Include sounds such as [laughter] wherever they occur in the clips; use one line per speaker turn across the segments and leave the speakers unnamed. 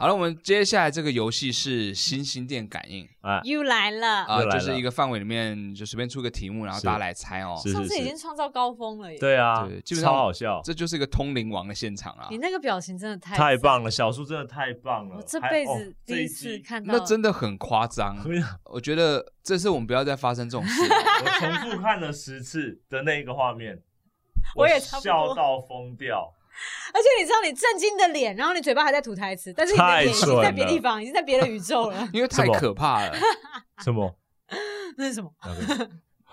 好了，我们接下来这个游戏是星星电感应
啊，
又来了。
啊、
又来
就
了
是一个范围里面就随便出个题目，然后
是
大家来猜哦。
是
上
是
次已经
是，
创造高峰了耶！
对啊
对，基本上
超好笑，
这就是一个通灵王的现场啊
你，那个表情真的太
太
赞
棒了，小树真的太棒了，
我这
还
辈
哦
子第
这一
次
集 [laughs]
看到，
那真的很夸张。啊我觉得这次我们不要再发生这种
[laughs]
事了。。
我重复看了十次的那个画面，
[laughs] 我也差不多
笑到疯掉。
而且你知道你震惊的脸，然后你嘴巴还在吐台词，但是你的
太
脸已经
蠢
在别
了
地方，已经在别的宇宙了
[laughs]
因为太
什么 [laughs]
可怕了，
啊
什
[laughs]
么？
那是什么？ [laughs]
那个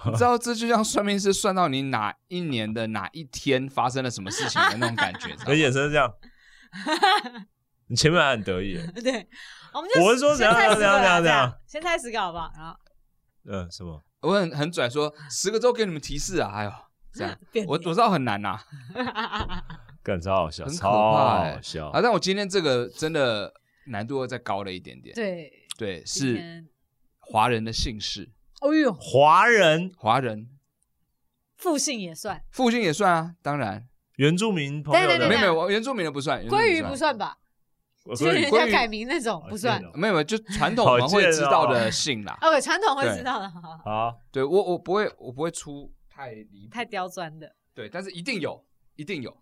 你知道这就像算命师算到你哪一年的哪一天发生了什么事情的那种感觉，知道吗
[laughs] 你眼神是
[laughs]
这样，你前面还很得意耶，
对，我们就
我是说
先猜十
怎样
个啦，
怎样
这
怎样
样先猜十个好不好？然后
嗯，什么？
我很很拽说十个之后给你们提示啊，哎呦，这样
变
我我知道很难呐、啊，
干超好笑，
很可
超
怕欸
好笑。
但我今天这个真的难度又再高了一点点，
对，
对，
今
是
天
华人的姓氏，
哦呦，
华人
华人
复姓也算，
父姓也算啊，当然
原住民朋友
对对
的
没有
对
没有我原住民的不算，原住
鲑
民
鱼不，算吧？
我
就是
所以
人家改名那种
哦
不算。
没有没有就传
[laughs]
统我们会知道的姓啦，
OK，传统会
对
知道的，好好好
好，
对我我不会我不会出太离谱
[laughs] 太，刁钻的。
对，但是一定有一定有，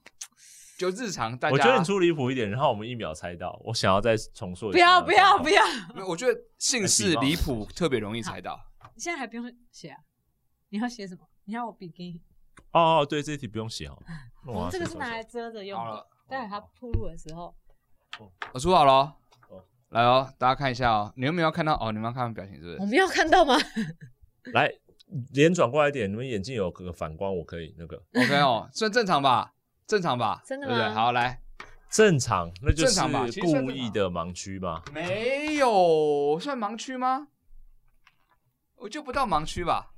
就日常大家，
我觉得你出离谱一点，然后我们一秒猜到。我想要再重塑一次
不要
那个
不要
状
不
况
要！
没有我觉得姓氏离谱特别容易猜到，
你现在还不用写啊？你要写什么？你要我笔给你？
哦哦，对，这一题不用
[laughs]
写哦。那
我
我要
们这个
写
是
什么
拿来遮着用
好了
的，待会它铺路的时候，
我出好了哦
好，
来哦，大家看一下哦，你们有没有看到哦？你们要看表情是不是
[laughs] 我？们要看到吗？
来，脸转过来一点，你们眼睛有个反光，我可以那个
OK 哦，算正常吧，正常吧，
真的
对不对？
吗
好，来，
正常，那就
正常吧其实
是
算
故
正常
意的盲区
[laughs]
吧？
没有算盲区吗？我就不到盲区吧，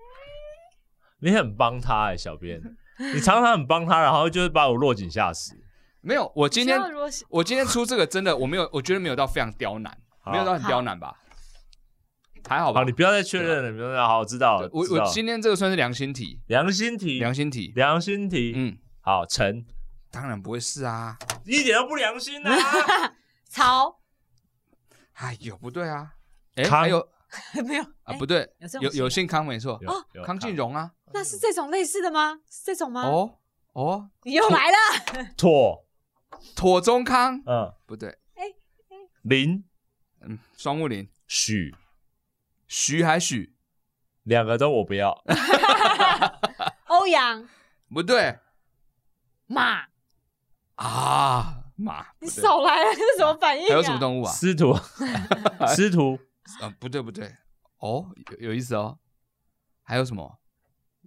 你很帮他哎、小
[laughs]
编，你常常很帮他，然后就是把我落井下石。
没有。我今天
你知道如果是
我今天出这个真的我没有，我觉得没有到非常刁难，
好
没有到很刁难吧，还好吧
好，。你不要再确认了，你不要再好，我知道了
对。我
知道
我
了
今天这个算是良心题，
良心题，
良心题，
良心题，嗯，
嗯，
好，陈，
当然不会是啊，
一点都不良心啊！
[laughs] 曹
哎呦不对啊，哎
康
还有
没有
啊
哎
不对
有这，种
有
姓
有
啊
姓康没错，
有有
康靖荣啊，
那是这种类似的吗？是这种吗？
哦哦，
你又来了，
[laughs]
拓，
妥中康
嗯，
不对，
林
嗯，双木林，
许，
徐还许。
两个都我不要，
欧阳
不对
马，
啊，马，
你
不对
少来了，这是什么反应？
还有什么？动物啊？[laughs]
师徒，师徒，
啊，不对不对，哦，有有意思哦。还有什么？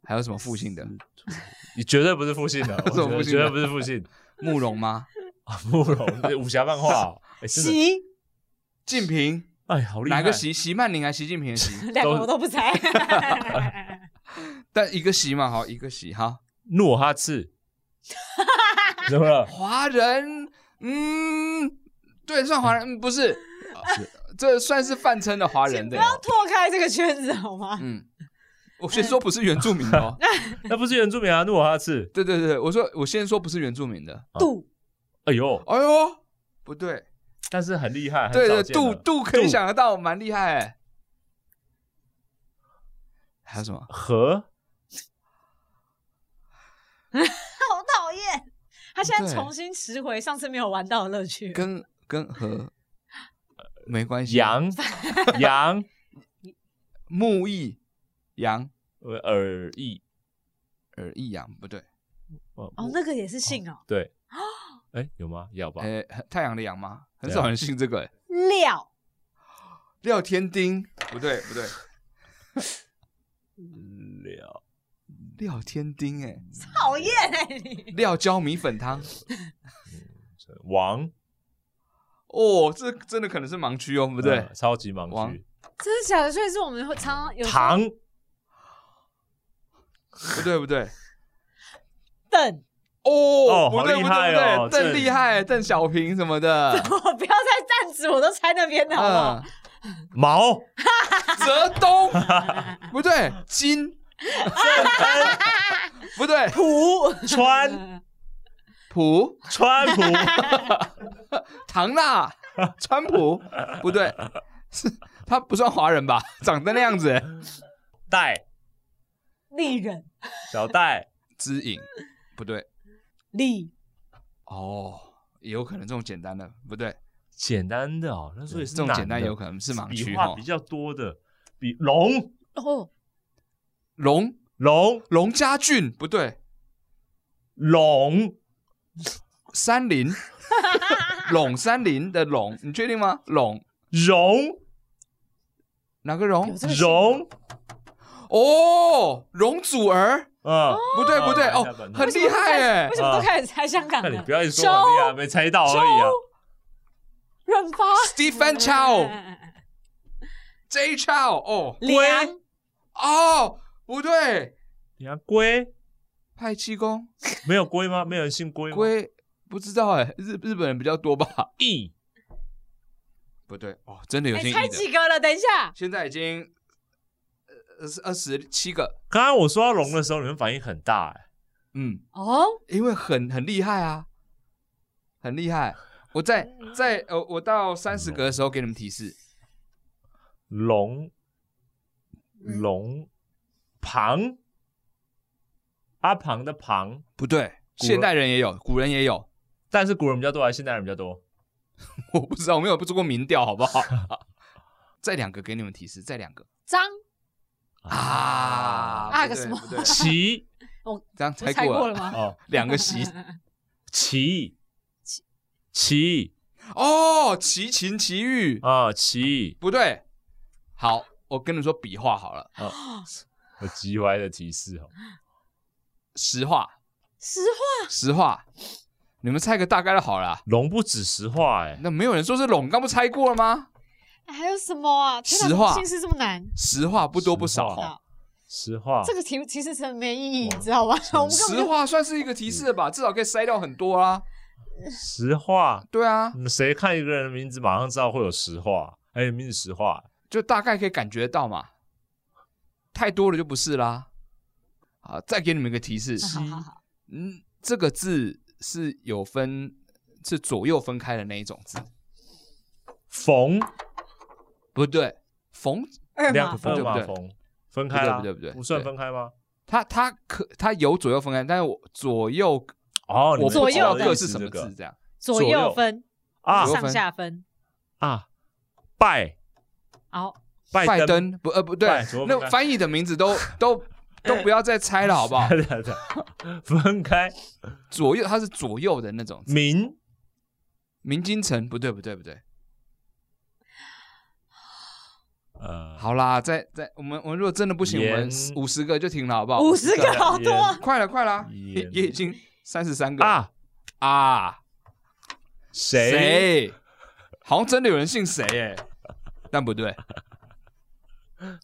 还有什么复姓的？
你绝对不是复姓
[laughs]
的，我
什么复
觉得
姓
绝对
的
不是复姓。啊
慕容吗？
慕容
[laughs]
这武侠漫画哦，哎，真的，
席，
静平，
哎，好厉害！
哪个？席？席曼宁还是习近平的 [laughs] 习？
两个我都不猜。
但一个席嘛，好，一个席哈。
努尔
[laughs]
哈赤，怎么了？
华人，嗯，对，算华人，嗯不 [laughs] 是，这算是泛称的华
[laughs]
人
请
的。
不要拓开这个圈子好吗？
嗯，我先说不是原住民的哦。
嗯 [laughs]
那不是原住民啊，努尔哈赤。
对对对，我说我先说不是原住民的。
杜
哎呦，
哎呦，不对，
但是很厉害，很
对
少
对，
见
度
的
度可以
杜
想得到，蛮厉害、欸。还有什么？
和
好讨厌，他现在
对
重新拾回上次没有玩到的乐趣。
跟跟和没关系。啊 [laughs]
羊羊
木易羊
呃耳翼，
耳易羊不对，
哦
哦，那个也是姓哦，
[gasps]
对，哎，有吗？要吧？啊
呃，太阳的阳吗？很少人信这个、欸。
廖
廖天丁不对不对，
了，
廖天丁哎、欸，
讨厌哎你，
廖椒米粉汤
王
哦，这真的可能是盲区哦，不
不
对。
嗯超级盲
王
区，
真的假的？所以是我们会常常有时候
唐
不对不对
[laughs]
邓，
哦，
哦
不对不
好厉
对
害哦
不对，邓
这
厉害，邓小平什么的，
[laughs]
我不要再站直，我都猜那边的好不好
哦
嗯？，
毛
泽东，不对，金，不对，
普
川
[laughs]
普 [laughs]
川普
唐娜，川普不对，是他不算华人吧？长得那样子，
戴
丽人
小戴，
知影不对
丽
哦，也有可能这种简单的不对，
简单的哦，那所以是
这种
男
简单
的
有可能是盲
笔
区哦
画
哈
比。较多的，比龙
哦，
龙
龙
龙家俊不对，
龙
山林陇山林的陇，你确定吗？陇
荣
哪个
有
荣？
这个姓
荣
哦，容祖儿
啊！
不对不对
哦
哦
那本，
很厉害哎
为，什么都开始猜香港
那啊你
了
不？要一直说我厉害，没猜到而已啊。
润发、嗯
Stephen Chow、J Chow 哦
梁
哦，不对，
你看龟
派气功
没有龟吗？没有人姓龟吗？
龟不知道哎，日日本人比较多吧？
翼
不对哦，真的有
哎，
姓
猜
易的，
几个了？等一下，
现在已经呃二十七个，
刚刚我说到龙的时候，你们反应很大哎、
嗯，
哦，
因为很很厉害啊，很厉害。我在
嗯
在呃，我到三十格的时候给你们提示，
龙龙庞，阿庞的庞，
不对，
古
现代人也有，古人也有， [laughs]
但是古人比较多还是现代人比较多？
我不知道，我没有做过民调，好不好？再两个给你们提示，再两个
张
啊
啊
不对
个什么
不对
奇
这样
我
猜
猜
过
过
了
了吗？
哦，
两个席
奇奇
哦，奇情奇遇
啊奇，
不对，好，我跟你说笔画好了，
我急歪的提示哦，
实话
实话
实话，你们猜个大概就好了啊。
龙不止石化哎、
那没有人说是拢，刚不猜过了吗？
哎还有什么啊？天哪
实话
姓氏这么难，
实话不多不少
实
哦
话，石化
这个题目其实是很没意义，
哦
你知道吗？我们根本
实
就
话算是一个提示了吧，至少可以筛掉很多啊。
石化，
对啊，
嗯谁看一个人的名字马上知道会有石化？哎、名字石化
就大概可以感觉到嘛，太多了就不是啦。好，再给你们一个提示，
好好好，
嗯，这个字是有分，是左右分开的那一种字，
冯
不对，冯
[laughs] 二
两
马
个二
对不
马
对
冯分开啦，
不对不对不对
不算分开吗？
它它可它有左右分开，但是我左右
哦，你
我
们
不
左
知
右
道
的
各是什么
这个
字，这样
左
左右
右分
啊
左右
上下分，
啊，拜
好，
拜
拜
登，
登不呃不对
拜左右，分
那
开
翻译的名字都都都不要再
[laughs]
猜了好不好？
对对对，分开
左右它是左右的那种字，
民
明金城不对不对不对，
呃
好啦，再再我们我们如果真的不行，我
盐
们五十个就停了好不好？
五十个好多啊，
快了快了啊，也
盐
也已经三十三个
啊，
啊！
谁
谁？好像真的有人姓谁哎，但不对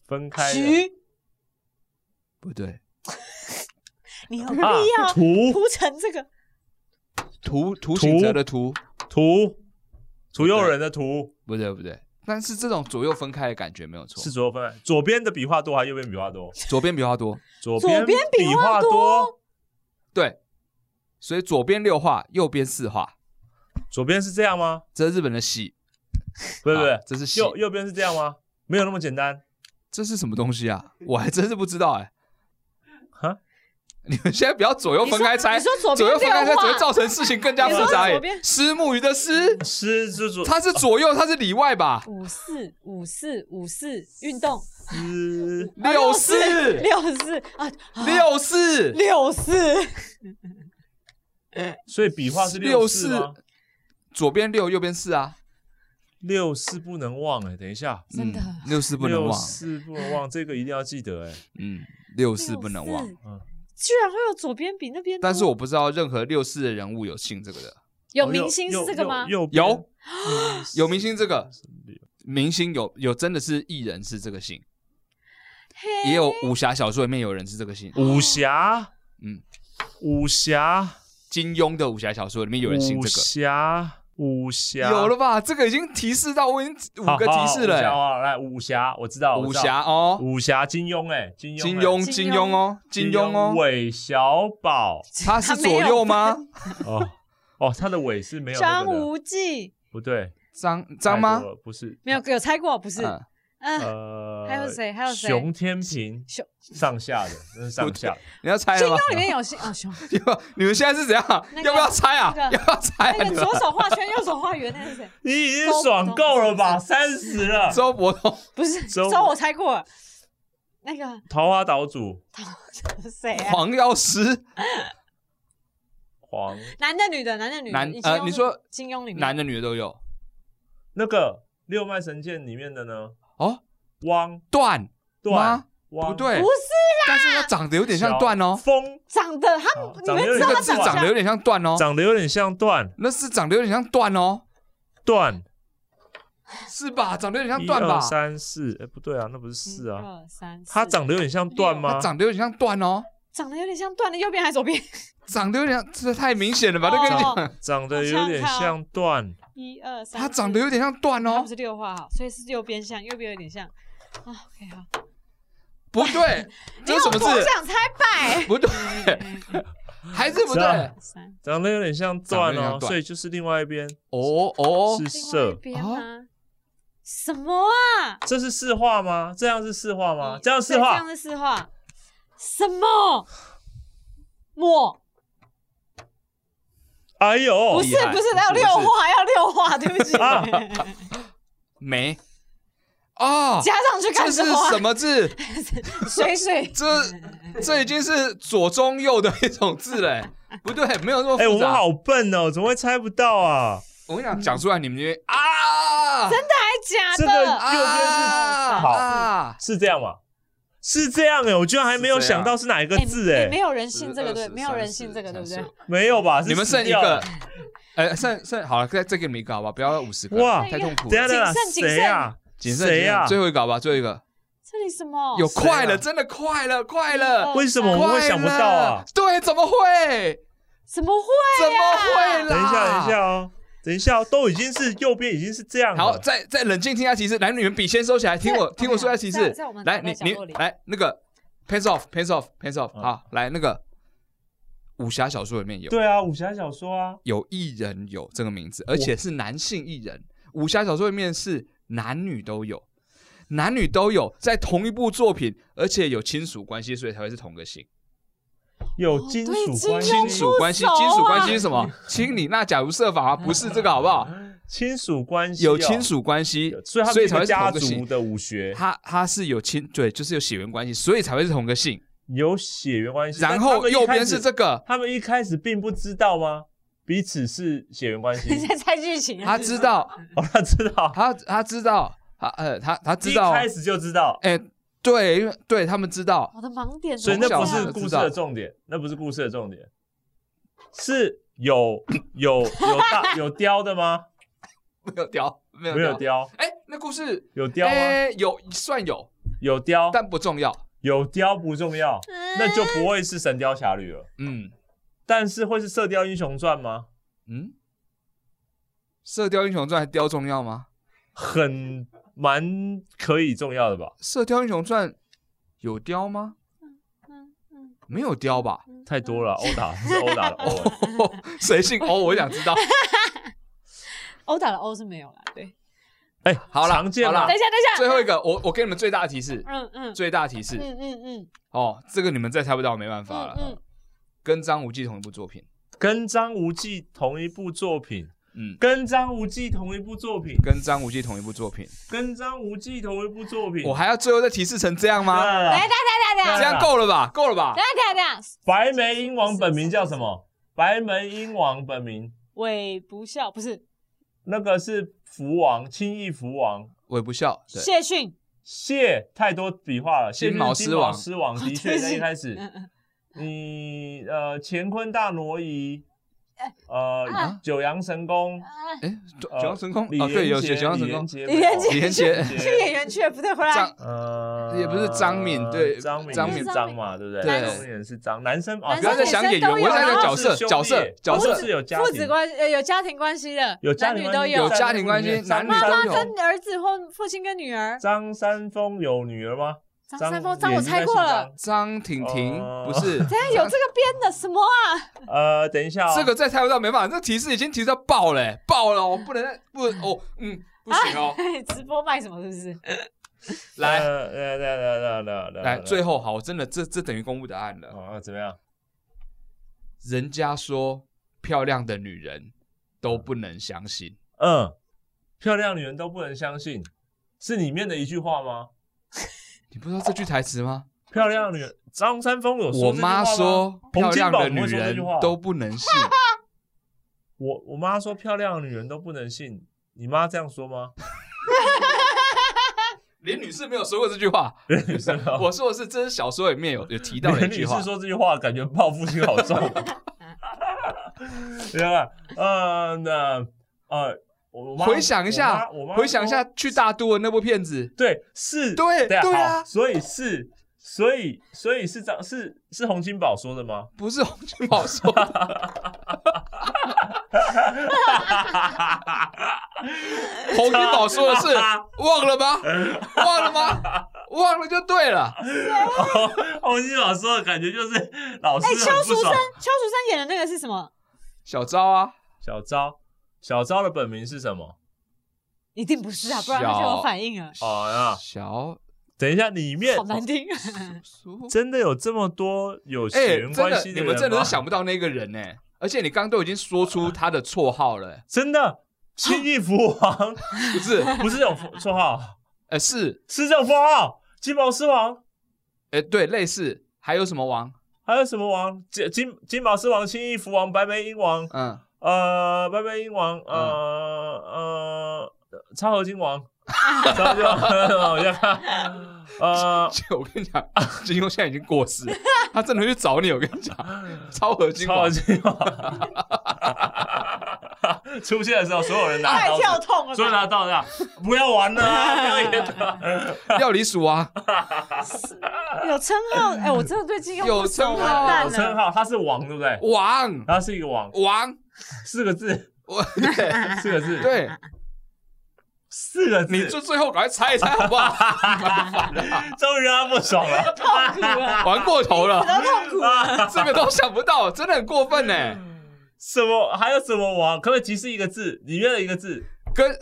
分开的啊
徐，
不对，
你有必
啊
要
图
铺成这个
图图形
图
哲的图
图图右人的图
不对不对，但是这种左右分开的感觉没有错，
是左右分开，左边的笔画多还是右边笔画多？
左边比较多。
左
左边笔
笔
画
多，
对，所以左边六画，右边四画，
左边是这样吗？
这是日本的喜，
对不对
啊？这是喜，
右右边是这样吗？没有那么简单
这是什么东西啊？我还真是不知道哎、
[laughs] 哈，
你们现在不要左右分开猜
你，说左
左
边
右分开猜
六
只会
画，
造成事情更加复杂
你说左
哎、
边
石木鱼的石，
是是左
它是左右，它是里外吧？
五四五四五四运动
是
啊
六四
六四啊啊
六四，
六四
嗯
所以笔画是
六
四吗？
左边六，右边四啊，
六四不能忘哎、等一下，
真的
嗯六四不能
六
忘，
四不能忘，这个一定要记得哎、
嗯，六四不能忘
六。四
嗯
居然会有左边比那边多，
但是我不知道任何六四的人物有姓这个的，
有
哦
明
右
星是
右
这个吗？
右右边
有
嗯
[sniffs] 有明星这个
四六
明星有有真的是艺人是这个姓，
嘿
也有武侠小说里面有人是这个姓，
武侠，
嗯，
武侠，
金庸的武侠小说里面有人姓
武
这个，
侠，武侠
有了吧？这个已经提示到，我已经五
好
个提示了、欸
好好好武侠好来武侠，我知道
武，
我知道
侠哦，
武侠金庸哎、金庸哎
金庸，
金庸
金庸哦，金庸哦，
韦小宝
他是左右吗？
哦哦，他的韦是没有那
张
个的，
无忌、
不对，
张张吗
泰？国不是，
没有有猜过不是？
嗯，
嗯，
呃，
还有谁还有谁
熊天平
熊
上下的，那是上下的。
你要猜
金
了吗？ [laughs]
庸里面有星啊
哦
熊，
你们现在是怎样？
那个
要不要猜啊？
那个
要不要猜、啊？
哎
那
你
个
们
左手画圈，右手画圆，那是谁？
你已经爽够了吧？三十了，
周伯通，
不
[laughs]
是，
周
周我猜过了，那个
桃花岛主
谁啊？
黄药师，
黄
男的女的，男的女的。
男
以前
呃
用
你说
金庸里面
男的女的都有。
那个六脉神剑里面的呢？
哦，
汪
段
段
吗
汪
不对，
不是
但是他长得有点像段哦，
风
长得他
哦，
你
长
们
得有
知
那个
点
道他
像
字
长
长得有
像
点像段哦，
长得有点像段
那是长得有点像段哦，
段，
是吧？长得有点像
一
段吧
二？三四，哎不对啊，那不是四
一
啊，
二嗯三，四
他长得有点像段吗
他？长得有点像段哦，
长得有点像段的右边还是左边？
长得有点像，这太明显了吧？这跟你讲，
哦
长得有点像段，
一二三，
他长得
四
有点像段
它
哦
不是，六画好，所以是右边像，右边有点像。啊，OK 好，
不
[laughs]
对，这是
因为
什
我
么
不
字？
想猜百， [laughs]
不对，还是不对
是啊。
三
长得有点像
长得有
段
点
哦
像，段
所以就是另外一边
哦哦，
是
另外一
射。
边
啊
吗？什么啊？
这是四画吗？这样是四画吗？这样
嗯对
四
这样
画，
是四画，什么？墨
哎呦
不
哦厉
是
害
不是
不是
要六
不是
画要六画，
[laughs]
对不起，
啊
没哦，
加上去
这
看
是
啊 [laughs]
什？么字？
水水
[laughs] 这这已经是左中右的一种字了欸，不啊对，没有那么
哎、我
复
们
杂。
好笨哦，怎么会猜不到啊？
我跟你讲，讲出来你们就会啊，真的
哎假
这个
的，
啊
右边是好
啊，
是这样吗？是这样哎、我居然还没有
是这样啊
想到是哪一个
哎
字哎、
哎没有人信这个对，
12
没有人信这个对不？对
13？
没有吧？是
你们剩一
死掉了
个，呃，剩剩好了，再再给你们一个好吧，不要五十个，
哇
太痛苦
等一下
了。
等一下，
谨慎
谁呀？
谨慎，
谁啊呀
谨慎最后一个好吧，最后一个
这里什么？
有
谁啊
快了，真的快了，快
一
了，
二
为什么我们会想不到啊？
对，怎么会？
怎么会？啊
怎么会啦？
等一下，等一下哦，等一下哦，都已经是右边已经是这样
好，
了，
再再冷静听一下提示。来，你们笔先收起来，听我
对
听我说一下提
在
示
在我们。
来，
脑袋
你
角
你
落里
来那个 pants off pants off pants off。
嗯
好，来那个武侠小说里面有
对啊，武侠小说啊，
有艺人有这个名字，而且是男性艺人。武侠小说里面是男女都有，男女都有在同一部作品，而且有亲属关系，所以才会是同个姓。
有金
哦对
属
金
关系，
亲属关系，
不熟啊
亲属关系是什么？亲你那假如设
[laughs]
法啊，不是这个好不好？
亲属关系哦
有亲，属关系
啊有，所以他
所
们
以才
是一个
会是
家
同个姓
族。的武学，
他他是有亲对，就是有血缘关系，所以才会是同个姓。
有血缘关系，
然
但他
后
们一
右
开
边
始
是这个，
他们一开始并不知道吗？彼此是血缘关系
[laughs] [laughs] 你，在猜剧情啊？
他知道，
哦，他知道，
他他知道，他呃他他知道
一，开始就知道，
哎，对，因为对他们知道，
我的盲点
所
怎
以
么
那
这
从
不
样，
小
是
就
故
知
事
道
的重点，那不是故事的重点，是有有有大有雕的吗？
没有雕， [laughs] 没
没有。雕，
哎，那故事
有雕吗？
哎有算有，
有雕，
但不重要。
有雕不重要，
嗯
那就不会是《神雕侠侣》了。
嗯
但是会是《射雕英雄传》吗？
嗯，《射雕英雄传》雕重要吗？
很蛮可以重要的吧？
《射雕英雄传》有雕吗？
嗯嗯
没有雕吧？ [laughs]
嗯
太多了，殴打是殴打的殴欸，
谁姓欧？我想知道。
殴打的殴是没有啦，对。
哎，
好啦
常见
好
吧
啦
等一下，等一下，
最后一个，我我给你们最大的提示，
嗯嗯
最大提示
嗯嗯嗯
哦，这个你们再猜不到，没办法
嗯
了。哦
嗯，
跟张无忌同一部作品，
跟张无忌同一部作品，
嗯，
跟张无忌同一部作品，
跟张无忌同一部作品，
跟张无忌同一部作品。
我还要最后再提示成这样
[laughs] 对啊
吗？
了
来，大家，大
这
家，
样够了吧？够了吧
等？一下，等一下，等一下，
白眉鹰王本名叫什么？白眉鹰王本名
韦不孝不是
那个是福王，轻易福王。
我也不笑，对，
谢逊，
谢太多笔画了，谢
金毛
是
狮
金毛
王哦
狮王的确
对不
在一
起
开始
嗯，嗯
你呃乾坤大挪移，呃
啊
九阳神功，
啊，
哎，九
呃
九阳神功
李
啊，对，
连
有
杰
九阳
李
神
连
功，
杰
李连杰
李连杰
李连
去
杰
[laughs] 演员去了，不对，啊回来
张
呃，
也不是张敏对
张敏
张
也是
敏
张嘛，对不对？
对
张敏也是张，男生啊，
男
不要再
生
想演员，
女生都有
我在讲角
哦是
色，
兄弟
角色，角
不
色
啊是有家
父子
庭，
关呃有家庭关系的，
有家
男
庭
女
关
都
系
有
有，
家庭关系
三
男
个
女
妈
都
妈
有
跟儿子或父亲跟女儿，
张三丰有女儿吗？
张
张
三丰，张
也
我
应该
猜
是
过了
张，
张婷婷
哦
不是？
等一下有这个编的什么啊？
呃，等一下、 [laughs] 哦，
这个再猜不到没办法，这提示已经提示到爆了、爆了，我不能再不哦，嗯，不
[laughs]
行哦。
啊
哎直播卖什么？是不
[laughs]
是？
[laughs] 来
呃，来来来来来来
来，最后好，我真的这这等于公布答案了。
哦，怎么样？
人家说漂亮的女人都不能相信，
嗯，漂亮女人都不能相信，是里面的一句话吗？
你不知道这句台词吗？
漂亮女人，张三丰有说
我
这句话吗
妈说漂
洪金
亮
宝
的
不
女
会说这
人
句话
都不能信，
我我妈说漂亮的女人都不能信，你妈这样说吗？
连女士没有说过这句话。
女生啊
我说的是，这是小说里面有有提到
[laughs]
的
连
一句
女
话
士。说这句话，感觉报复心好重。 [laughs] 原来，呃，那呃，我我妈
回想一下
我妈我妈，
[laughs] 回想一下
说，
去大都的那部片子，
对，是，
对
对
对啊
好所以是，所以所以是张是是洪金宝说的吗？ [laughs]
不是洪金宝说的，洪金宝说的是忘了吗？忘了吗？忘了就对了。
洪金宝说的感觉就是老师
哎，
很
邱
不
淑
爽
贞，。邱淑贞演的那个是什么？
小昭啊，
小昭，小昭的本名是什么？
一定不是啊，不然他就有反应了，
哦呀，
小
等一下，里面
好难
[laughs]
听。
啊
[laughs] 苏，
真的有这么多有
哎、
血缘
真
关
的，
系
你
人吗？
们真的是想不到那个人呢、而且你刚刚都已经说出他的绰号了、
真的
[laughs]
新义福王 [laughs]
不是？
不是这种绰号， [laughs]
呃，是，
是这种封号，金毛狮王，
呃，对，类似，还有什么王？
还有什么王？金金金毛狮王、新义福王、白眉鹰王，
[laughs] 嗯，
呃，白眉鹰王，呃、呃，超合金
[laughs]
王，超合金王， [laughs] 我先看，呃，
我跟你讲，金庸现在已经过世了，他真的会去找你。我跟你讲，超合金
超合
王，
金王。 [laughs] 出现的时候，所有人拿
太
刀
跳
子，
痛了
所有人
吧，
拿刀子啊，不要玩了
[laughs]
啊，不要演了。
料理鼠啊，
有称号。哎，我真的对金庸
有
不熟
称号
完蛋
有称
了。
号，啊他是王，对不对？
王
他是一个王，
王，
四个字，
[laughs] 我对
四个字，，
对，
四个字。
你就最后赶快猜一猜好不
[laughs]
好？
终于让他不爽
[laughs]
了，
痛苦啊！
玩过头
比较
了，
痛苦啊！
这个都想不到，真的很过分呢、
什么还有什么王？可不可以提示一个字？里面的一个字，
跟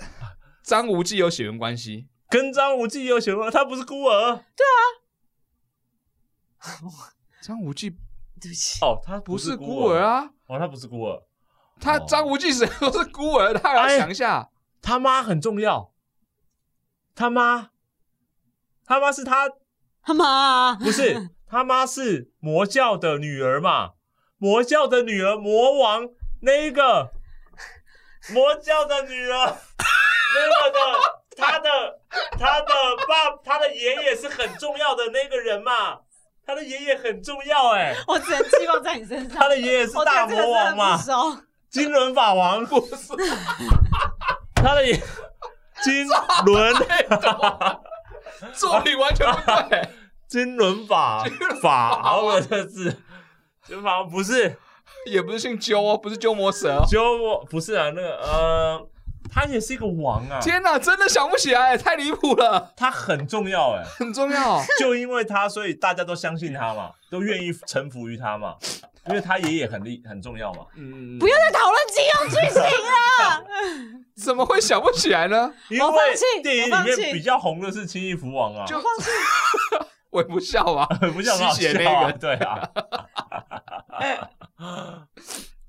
张无忌有血缘关系，
跟张无忌有血缘，他不是孤儿
张无忌
对不起，
哦，他
不是
是
孤
儿
儿，啊，
哦，他不是孤儿，
他张无忌谁都是孤儿，他要想一下，
他妈很重要，他妈，他妈是他
他妈
不是他妈是魔教的女儿嘛？魔教的女儿，魔王那一个，魔教的女儿，那个的，他的他的爸，他的爷爷是很重要的那个人嘛？他的爷爷很重要哎、
我只能寄望在你身上
他。的爷爷是
我
大
对这个真
魔王
的
嘛
不？熟。
金轮法王，
不是
他的爷金轮哦
作品完全不对，
金轮法法，好恶的字，金法王不是。
也不是姓鸠哦，不是鸠摩蛇哦。
[laughs] 就我不是啊，那个呃，他也是一个王啊，
天哪，真的想不起来，太离谱了，
他很重要哎、
很重 [laughs] 要。
就因为他，所以大家都相信他嘛，都愿意臣服于他嘛，因为他爷爷很厉很重要嘛。
嗯，
不要再讨论金庸剧情了。
怎么会想不起来呢？
因
我放
为
弃
电影
我放
里
弃
面比较红的是轻易福王啊，
就我也不笑
[laughs]
啊，
不像很好
吸血
笑、
那
啊、
个
对啊，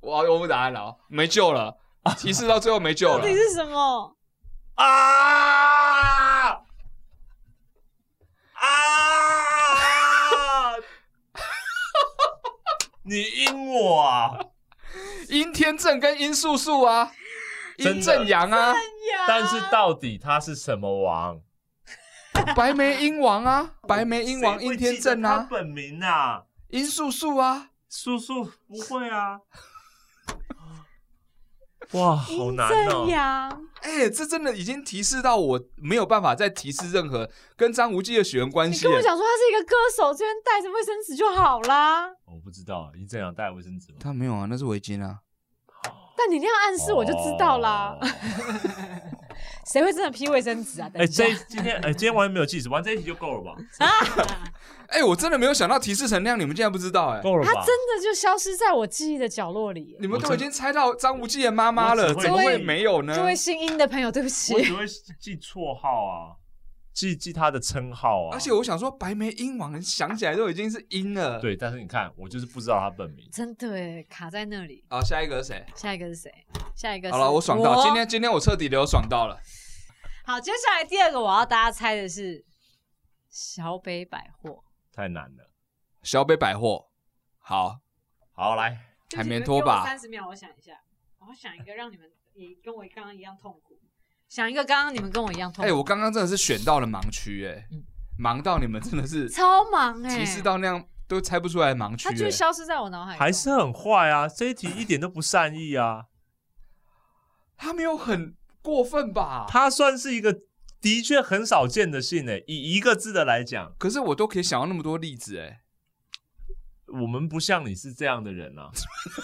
我要公布答案了哦，没救
[laughs]
了，提示到最后没救
到
了
底。是什么？
啊
[laughs]
啊！你阴我啊！
殷天正跟殷素素啊，
真的
殷正阳啊，
但是到底他是什么王？
白眉鹰王啊，白眉鹰王
谁会
殷
记得
天正
他
啊，
本名啊，
殷素素啊，
叔叔不会啊。 [laughs] 哇，好难
正
哦！
阳，
哎、这真的已经提示到我没有办法再提示任何跟张无忌的血缘关
你
系
跟我
了。
讲说他是一个歌手，这边带着卫生纸就好啦。
我不知道，你正阳带卫生纸吗？
他没有啊，那是围巾啊。
但你那样暗示我就知道啦
哦。
谁会真的批卫生纸啊？等
哎，
一下
这
[laughs]
一今天哎，今天完全没有计时，玩这一题就够了吧？
啊，
哎、我真的没有想到提示成那样，你们竟然不知道哎、
够了
它
吧？
真的就消失在我记忆的角落里耶。
你们
我
都
真
已经猜到张无忌的妈妈了，
我只
怎么
会
会没有呢？
各位姓殷的朋友，对不起
我，只会记绰号啊，记记他的称号啊。
而且我想说，白眉鹰王想起来都已经是鹰了。，
对，但是你看，我就是不知道他本名。
[laughs] 真的耶卡在那里。
好，下一个是谁？
下一个是谁？下一个是
好了，我爽到，今天今天我彻底的有爽到了。
好。接下来第二个我要大家猜的是小北百货，
太难了。
小北百货，好，
好，来，
海绵拖把
三十秒，我想一下，我要想一个让你们也跟我刚刚一样痛苦，想一个刚刚你们跟我一样痛
哎、
苦。
我刚刚真的是选到了盲区、哎、
嗯
忙到你们真的
[laughs]
是
超忙哎、
提示到那样都猜不出来的盲区、
它就
哎
消失在我脑海中，
还是很坏啊！这一题一点都不善意啊，
他没有很过分吧？
它算是一个的确很少见的姓诶、以一个字的来讲，
可是我都可以想到那么多例子、哎， [laughs]
我们不像你是这样的人啊，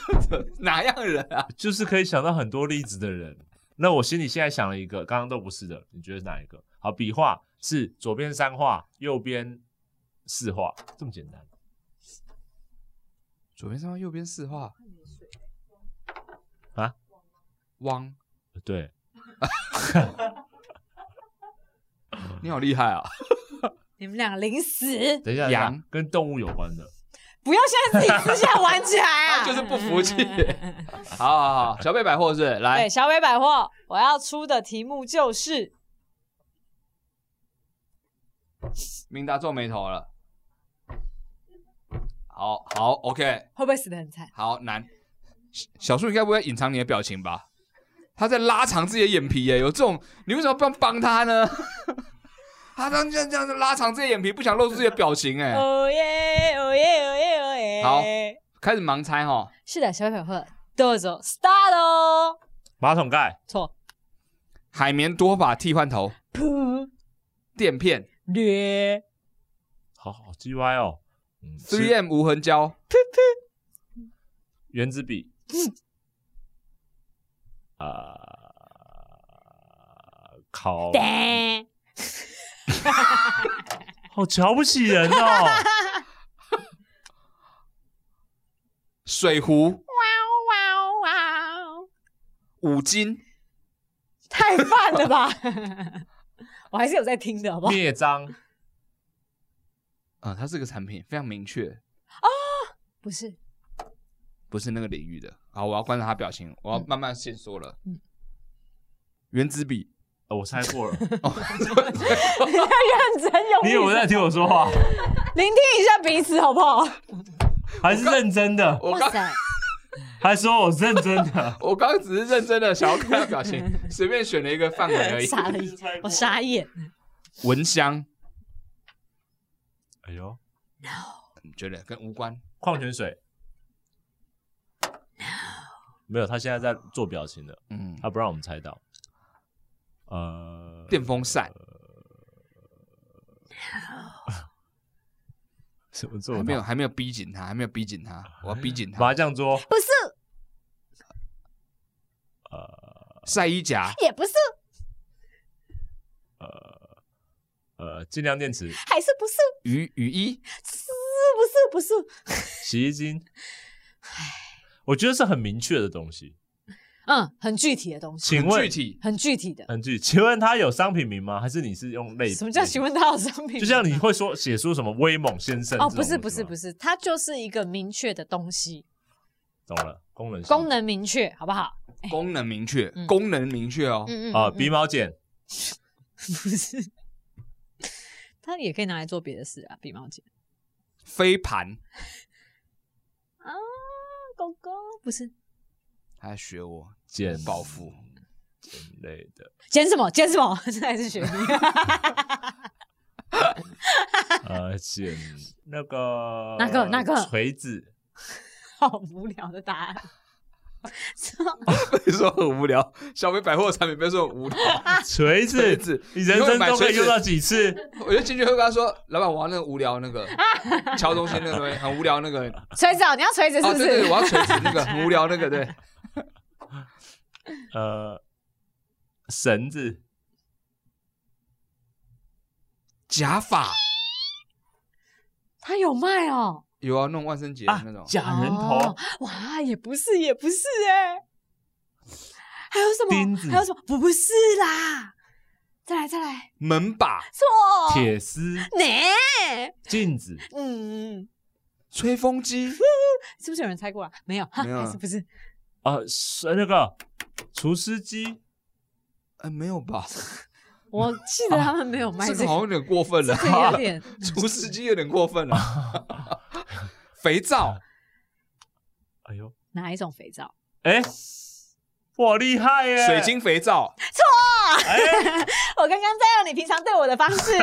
[laughs]
哪样人啊？
就是可以想到很多例子的人。那我心里现在想了一个，刚刚都不是的，你觉得是哪一个？好，笔画是左边三画，右边四画，这么简单。
左边三画，右边四画，
啊？
汪，
对，
你好厉害啊！ [laughs]
你们两个临死，
等一下，等一
羊
下跟动物有关的，
不要现在自己私下玩起来啊！
他就是不服气。好好好，小北百货是不是来
对，小北百货，我要出的题目就是
明达皱眉头了。好好，OK，
会不会死的很惨？
好难。小小树，你该不会隐藏你的表情吧？他在拉长自己的眼皮耶，有这种，你为什么不帮他呢？ [laughs] 他当这样这样拉长自己的眼皮，不想露出自己的表情哎。
哦耶，哦耶，哦耶，哦耶！
好开始盲猜哈，
是的，小北百货，豆走 start 哦，
马桶盖、
错，
海绵多把替换头，
噗，
垫片
略，
好好 G Y 哦，嗯，
，3
是
M 无痕胶，
圆珠笔，啊、考，
噔，
好瞧不起人哦， [laughs]
水壶，
哇哦哇哦，
五金，
太棒了 [laughs] 吧！我还是有在听的，好不好？
灭蟑，
啊、它是个产品，非常明确，
不 [laughs] 是，
不是那个领域的。好，我要观察他表情，我要
嗯
慢慢先说了。
嗯
原子笔，
呃我猜过了，
你要认真
[laughs]
用
你以为
力，
在听我说 [laughs] 话，
聆听一下彼此，好不好？
还是认真的，
我刚，
塞，
还说我认真的
我刚刚只是认真的想要看他表
[laughs]
情，随便选了一个范围而已。
傻了一，我傻眼。
蚊香，
哎呦，
你觉得跟无关？
矿泉水。没有，他现在在做表情的，
嗯，
他不让我们猜到。呃，
电
[laughs]
风扇
什么做
还
法
没有，还没有逼紧他，还没有逼紧他，
啊
我要逼紧
麻
他。
将桌，
不是，
晒衣夹，
也不是，
呃，尽量电池，
还是不是，
雨雨衣，
是不是，不是。
洗衣精，我觉得是很明确的东西。
嗯，很具体的东西，
请
很具
问，
体，
很具体的。
很具，请问它有商品名吗？还是你是用类？
什么叫询？问他有商品？
哎
哦
就像你会说写出什么威猛先生？
哦，不是不是不
是，
是，它就是一个明确的东西，
懂了，功能性
功能明确，好不好？
功能明确，
嗯
功能明确哦。
嗯嗯
啊，
嗯
鼻毛剪，
不是， [laughs] 它也可以拿来做别的事啊，鼻毛剪
飞盘，
啊，狗狗不是
他在学我
剪
报复。
嗯剪类
[laughs]
的，
剪什么剪什么， [laughs] 这还是学历
呃，剪那个
哪个哪个
锤子，
好无聊的答案。
你说很无聊，小北百货的产品被说很无聊。
锤
锤
子
子，
你人
你会
生都可以
买锤子
用到几次？ [laughs]
我就进去会跟他说：“老板，我要那个无聊那个
[laughs]
敲东西那个东西，很无聊那个。
锤子哦，你要锤子是
哦，
不
对对，
是？
我要锤子那
[laughs]
个很无聊那个，对，
呃，绳子，
假发
他有卖哦，
有啊，那种万圣节的
啊
那种，
假人头
哦，哇，也不是，也不是哎、还有什
钉
么？
子
还有什么？不是啦，再来再来，
门把、
错，
铁丝、
呢？
镜子、
嗯，
吹风机，
是不是有人猜过了？没有，哈
没有啊
还是不是？
啊，是那个厨师机，
呃，没有吧？
我记得他们没有卖
这
这
个
个
好，像有啊点过分了
这，个有点
[laughs] 除湿机有点过分了。
[laughs]
肥皂，
哎呦，
哪一种肥皂？
哎，我厉害耶！
水，
[laughs]
晶肥皂，
哎，
[laughs] 我刚刚在用你平常对我的方 [laughs] 式，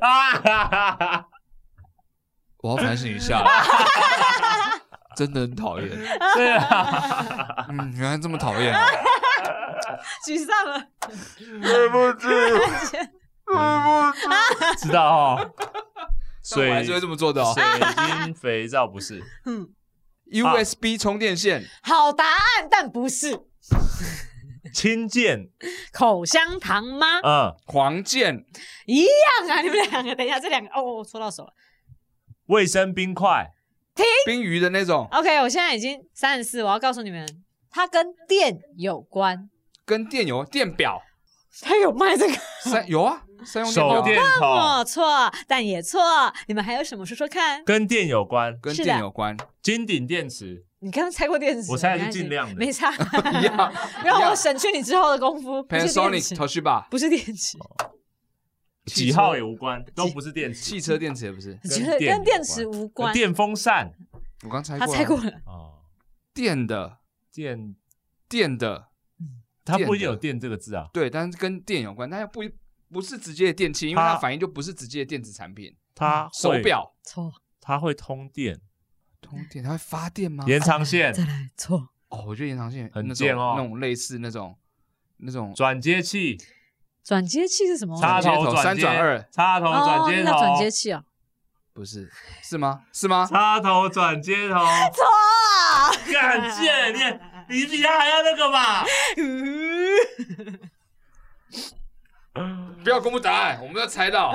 啊哈哈哈，
我要反省一
[laughs]
下，真的很讨厌。
对啊，
嗯，原来这么讨
[laughs]
厌啊！
沮丧了。
对不起，
嗯
对不起，知道
[laughs]
哦。
但我还
水
是会这么做的 [laughs]
啊
哦。
水晶肥皂不是，
嗯，
USB 充电线，
好答案，但不是
轻剑，
口香糖吗？
嗯，
黄键，
一样啊！你们两个，等一下，这两个哦，我戳到手了。
卫生冰块，
冰鱼的那种，
OK，我现在已经三十四，我要告诉你们，它跟电有关，
跟电油、电
[laughs]
表，
它有卖这个，
三有啊，三用
手
电表
电筒
哦，错，但也错。你们还有什么说说看？
跟电有关，
跟
是的
电有
[laughs]
关，
金顶电池，
你刚刚猜过电池吗，
我猜的是
没关系
尽量的
没 [laughs] 差，
一样，
让我省去你之后的功夫。不是电
Panasonic、
池，
Toshiba
不是电池，
汽车
几号也无关，都不是电池，
汽车电池也不是，
我觉得
电有
跟电池无关。
电风扇
我刚猜过
他
啊，
猜过了，
哦，
电的
电，
电的，
它不
电
一定
的
有电这个字啊，
对，但是跟电有关，但又不不是直接的电器，因为
它
它反应就不是直接的电子产品。
它
手
会，
表
错，
它会通电，
通电，它会发电吗？
延长线
再、来错，
哦，我觉得延长线
很
那种
贱哦
那种类似那种那种
转接器、
转接器是什么？
插
接
头
头
转
三
接、
转二
插头转
哦，
接
那
头、
叫转接器哦。
不是是吗？是吗？
插头转接头，
[laughs] 哇，
感谢你，你比他还要那个吧？
嗯
不要公布答案，我们要猜
[laughs]
到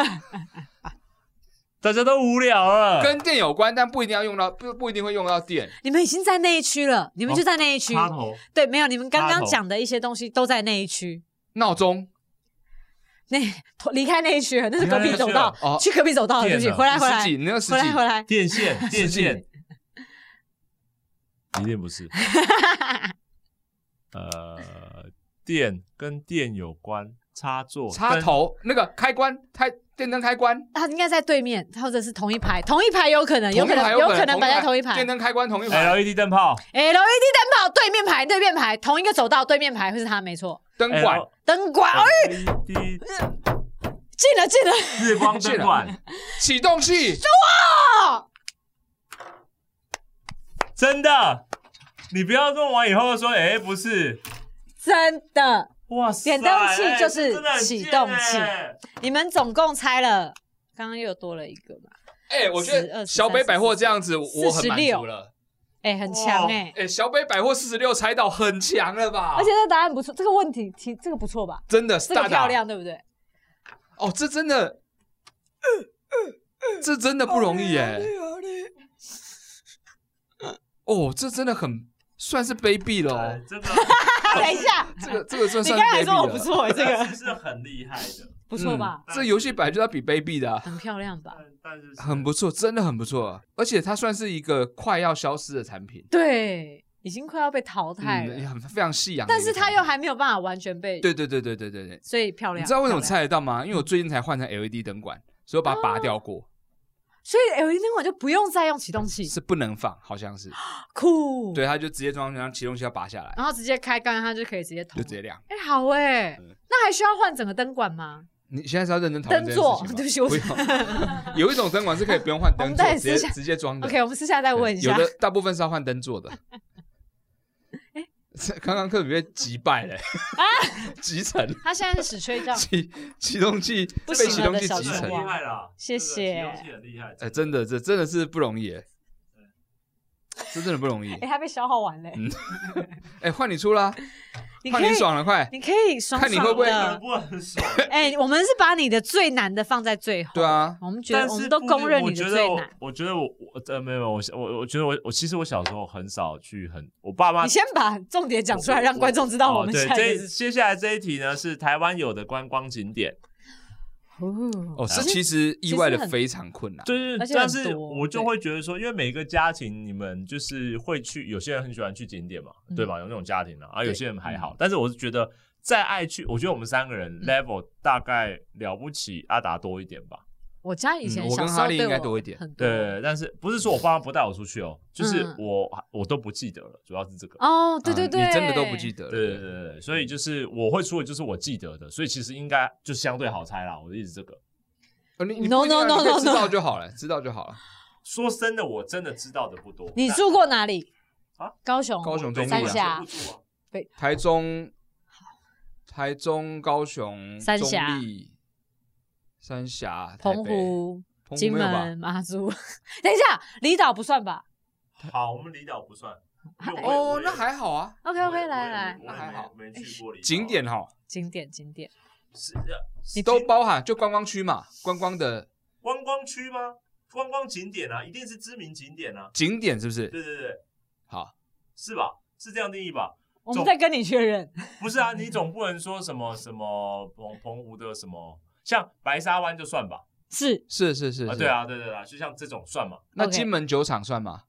大家都无聊了，
跟电有关，但不一定要用到，不不一定会用到电。
你们已经在那一区了，你们就在那一区。
哦插头
对，没有，你们刚
插
刚
头
讲的一些东西都在那一区。
闹钟
那脱离开那一区了，那是隔壁走
离开那一
道
区了哦，
去隔壁走道了，对
电
不
了
起，回来回来
十，几，你那个十
回来回
几，
来，
电线，
[laughs]
电线
线
一定不
[laughs]
是。呃，电跟电有关，插座、
插
灯、
头那个开关，开电灯开关，
他应该在对面，或者是同一排，同一排有可能，呃有
同
可
一
能
排
有
可
可能摆在同
同
一排。
电
LED
灯开关同一排，
LED E 灯泡、
灯泡对面排，对面排，同一个走道对面排会是他，没错。
灯管哎
L-
灯管，哎，
LED
进了进了， [laughs]
日光灯
[laughs]
管、
启动器，
真的，你不要弄完以后说，哎、不是，
真的，
哇塞，
点灯器
哎
就是
这真的很
启
贱
动
哎
器你们总共猜了，刚刚又多了一个嘛，
哎，我觉
12
得小北百货这样子，我很满足了。
哎，很强
哇
哎，
哎，小北百货四十六猜到很强了吧？
而且这答案不错，这个问题题这个不错吧？
真的
这
大
个
大
漂亮，对不对？
哦，这真的， [coughs] 这真的不容易耶。哦，这真的很算是卑鄙了
哎
哦。
真的，
[laughs]
等一下，
这个这个算
你
算是
刚才
卑
说我
鄙
不
了。嗯
错哎，这个
[laughs]
这是很厉害的，
不错吧？
这游戏本来就要比卑鄙的啊、
很漂亮吧？
但但是
很不错，真的很不错。而且它算是一个快要消失的产品，
对，已经快要被淘汰
嗯，也
了，
很非常细扬的
但
一个产品。
是它又还没有办法完全被，
对对对对对对对。
所以漂亮。
你知道为什么
漂亮？嗯
猜得到吗？因为我最近才换成 LED 灯管，所以我把它拔
哦
掉过，
所以 LED 灯管就不用再用启动器，
是不能放，好像是。
哦酷。，
对，它就直接装上启动器要拔下来，
然后直接开关，它就可以直接投
就。直接嗯亮。
哎，好哎，那还需要换整个灯管吗？
你现在是要认真讨论
灯
这件事
座
情吗？
对不起我
用。有一种灯管是可以不用换灯
[laughs] 我们
座
再，
直
试一
接
下
直接装的。
OK，我们私下再问一下
有。的大部分是要换灯座
[laughs]
的。这 [laughs] 刚刚科比被击败嘞，
啊
[laughs] 击沉，
他现在是史吹 [laughs]
[laughs]
杖，
启启动器
不
被
行
启
了
动
的
器
小
击
青
沉
蛙。
啦，
谢谢
这个启动器很厉害，
哎，真的，这真的是不容易耶，这真的不容易。
哎哎，他被消耗完了。
哎，换你出啦，
你
换
可
嗯你
以，
爽了，快！
你可以爽
看你会
爽
不会
的。
不很爽？
哎、我们是把你的最难的放在最后。
对啊，
我们觉
但
得
是
我们都
不
公认
我
你
觉
的
得
最
我
难。
我觉得我我呃没有没有我我我觉得我我其实我小时候很少去很我爸妈
你先把重点讲出来，让观众知道我
哦
们
对
下一
这
个是。
接下来这一题呢是台湾有的观光景点，
哦，
哦
是其实意外
其实
的
很
非常困难。
就是
而，且
但
很
是
多
我就
对
会觉得说，因为每个家庭你们就是会去，有些人很喜欢去景点嘛，
嗯
对吧？有那种家庭啊，啊，
对嗯
有些人还好。但是我是觉得，再爱去，我觉得我们三个人 level 大概了不起阿达多一点吧。
我家以前
嗯我
小
跟
时
哈
候
利
对
应该
我
多一点
很多。
对，但是不是说我爸妈不带我出去哦，就是
嗯
我我都不记得了，主要是这个。
哦，对
嗯
对对，
你真的都不记得了。
对对对对对，所以就是我会出的就是我记得的，所以其实应该就相对好猜啦。我的意思是这个，
哦，你你
No,
不一定啊
no, no,
你可以
no,
知
no
道就好了，知道就好了。
说真的，我真的知道的不多。
你
但
住过哪里？
啊
高雄。
高雄中
山
部啊，
峡
我住啊
台中、台中、高雄、
三
中
峡
立、三峡、台
澎
北、
湖、
澎
金
湖没有吧
门、？马祖。 [laughs] 等一下，离岛不算吧
好，我们离岛不算。因为我也
哦，那还好啊，
？OK
我也
OK，
我
来
也
来，
我也
那还好哎
没没去过离岛啊
景点哈
经典经典，
是呃
你
都
去
包含，就观光区嘛，观光的
观光区吗？观光景点啊，一定是知名景点啊。
景点是不是？
对对对，
好，
是吧？是这样定义吧？
我们再跟你确认。
不是
嗯
啊，你总不能说什么什么澎澎湖的什么，像白沙湾就算吧？
是
是是是
啊，对，啊，对对对啊，就像这种算嘛？
是那
OK
金门酒厂算吗？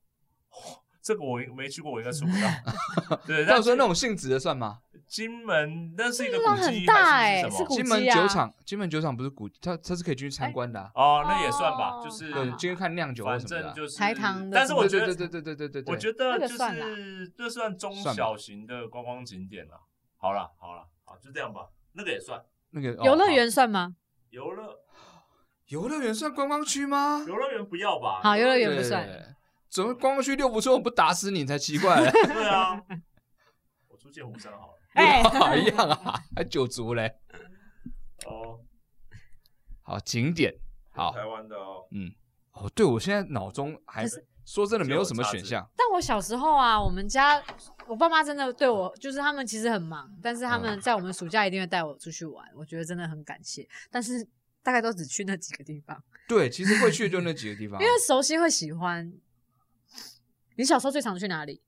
这个我没去过，我应该数不
[laughs]
到。对，
那
但
我说
是
那种性质的算吗？
金门那是一个
金门
古迹
很大
还是
欸
什
是
么？
古迹
金
啊
门酒厂，金门酒厂不是古，它它是可以进去参观的啊。
哦，那也算吧，
哦
就是
对，进去看酿酒或
反
什么的
正
啊。
啊就是
台糖的
但是我觉
对
得，
对对对对对对，
我觉
那
得
个
就
算啊
是这算中
算吧
小型的观光景点了。好了好了，好就这样吧，那个也算
那个哦
游乐
好
园算吗？
游乐
游乐园算观光区吗？
游乐园不要吧？
好游乐园
对
不
对
算
对怎么观光区六福村我不打死你才奇怪嘞？ [laughs]
对啊，我住剑湖山好了。 [laughs]
哎，
好一样啊，还九族嘞。
哦，
好景点，好
台湾的哦，
哦，对我现在脑中还
可
说真的没有什么选项。
但我小时候啊，我们家我爸妈真的对我，就是他们其实很忙，但是他们
嗯
在我们暑假一定会带我出去玩，我觉得真的很感谢。但是大概都只去那几个地方，
对，其实会去的就那几个地方
啊
[laughs] 因。为熟悉会喜欢。你小时候最常去
[laughs]
哪里？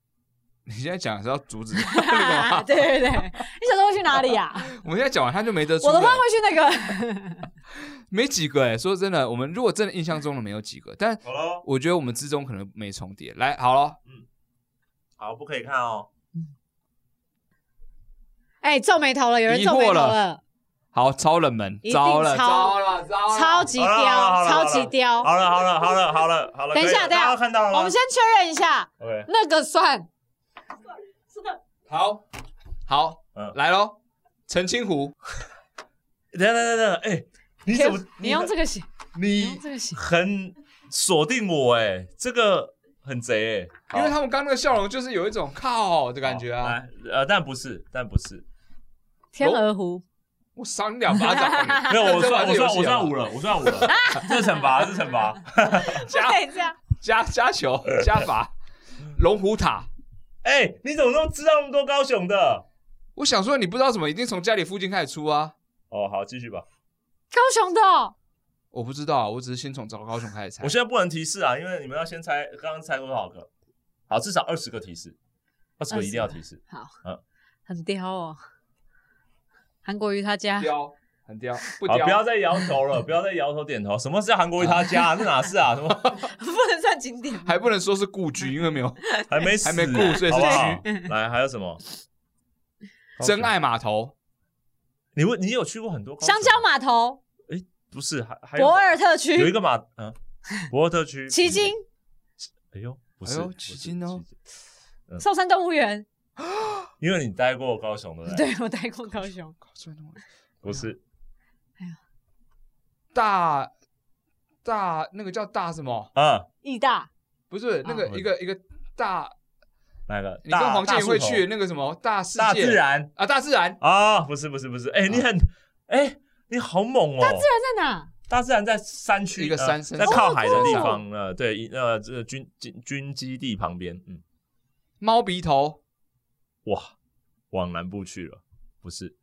你现在讲是要
[laughs]
阻止那
对
个吗？
对对，你小时候会去哪里啊
[laughs]
呀、
我们现在讲完他就没得出
我的话
了
会，去那个， [laughs]
没几个哎。说真的，我们如果真的印象中的没有几个，但
好了，
我觉得我们之中可能没重叠。来，好了，
好不可以看哦。
哎、皱眉头了，有人
疑
皱眉
惑
头
了
了，
好，超冷门
一，定
糟了，
超
糟了，糟了，
超级
好了好
刁，
了
超
好了
级刁。
好了好了好了好了好了，
等一下
可以了
等一下
大家看到了吗？
我们先确认一下，
OK，
那个算
好，好，
嗯
来喽，澄清湖，
等一下等一下等一下，哎，你怎么
你用这个写，你
你
用这个写，
很锁定我哎，这个很贼哎，好
因为他们刚那个笑容就是有一种靠的感觉
好
啊，
来呃，但不是，但不
[laughs]
是，
天鹅湖。
我赏你两巴掌，
[laughs] 没有，
[laughs]
我
这
算
玩
我
这游
算
戏好
我
啊
算
不好
五了，我算五
[laughs]
了，这是惩罚，这是惩罚。
加
可以这样。
加加球加
[laughs]
罚，龙虎塔。
哎，你怎么都知道那么多高雄的？
我想说，你不知道什么，一定从家里附近开始出啊！
哦，好，继续吧。
高雄的哦、
我不知道啊，我只是先从找高雄开始猜
我。现在不能提示啊，因为你们要先猜，刚刚猜多少个？好，至少二十个提示，二十个一定要提示。
好，
嗯
很刁哦。韩国瑜他家
雕很雕，不
好，
雕
不要再摇头了，不要再摇头点头。什么是韩国瑜他家？这哪是啊？什么
[laughs]
不能算景点吗，
还不能说是故
[laughs]
居，因为没有
还没死欸
还没顾所以是
好不好？来，还有什么？
真爱码头。
你问你有去过很多高雄
香蕉？码头、
不是，还还有
博尔特
有一
区、
个
[laughs]
马，嗯，博尔特区
旗津、
哎呦，不
哎
是，
呦
不
奇
是
经哦，
奇经
寿山动物园，
因为你待过高雄的，不
对我待过高雄。
搞错了
不是
大大那个叫大什么？
啊，
义大
不是那个
啊
一个一个大，
那个
你跟
大
黄建
大
宇会
树头
去那个什么大世界
大自然
啊？大自然
啊，不是不是不是，哎，你很哎，你好猛哦，大自然
在哪？
大自然在山区，
一个山
呃
山
在靠海的地
好
方，呃，对，一呃，这个军军军基地旁边，嗯，
猫鼻头。
哇，往南部去了，不是。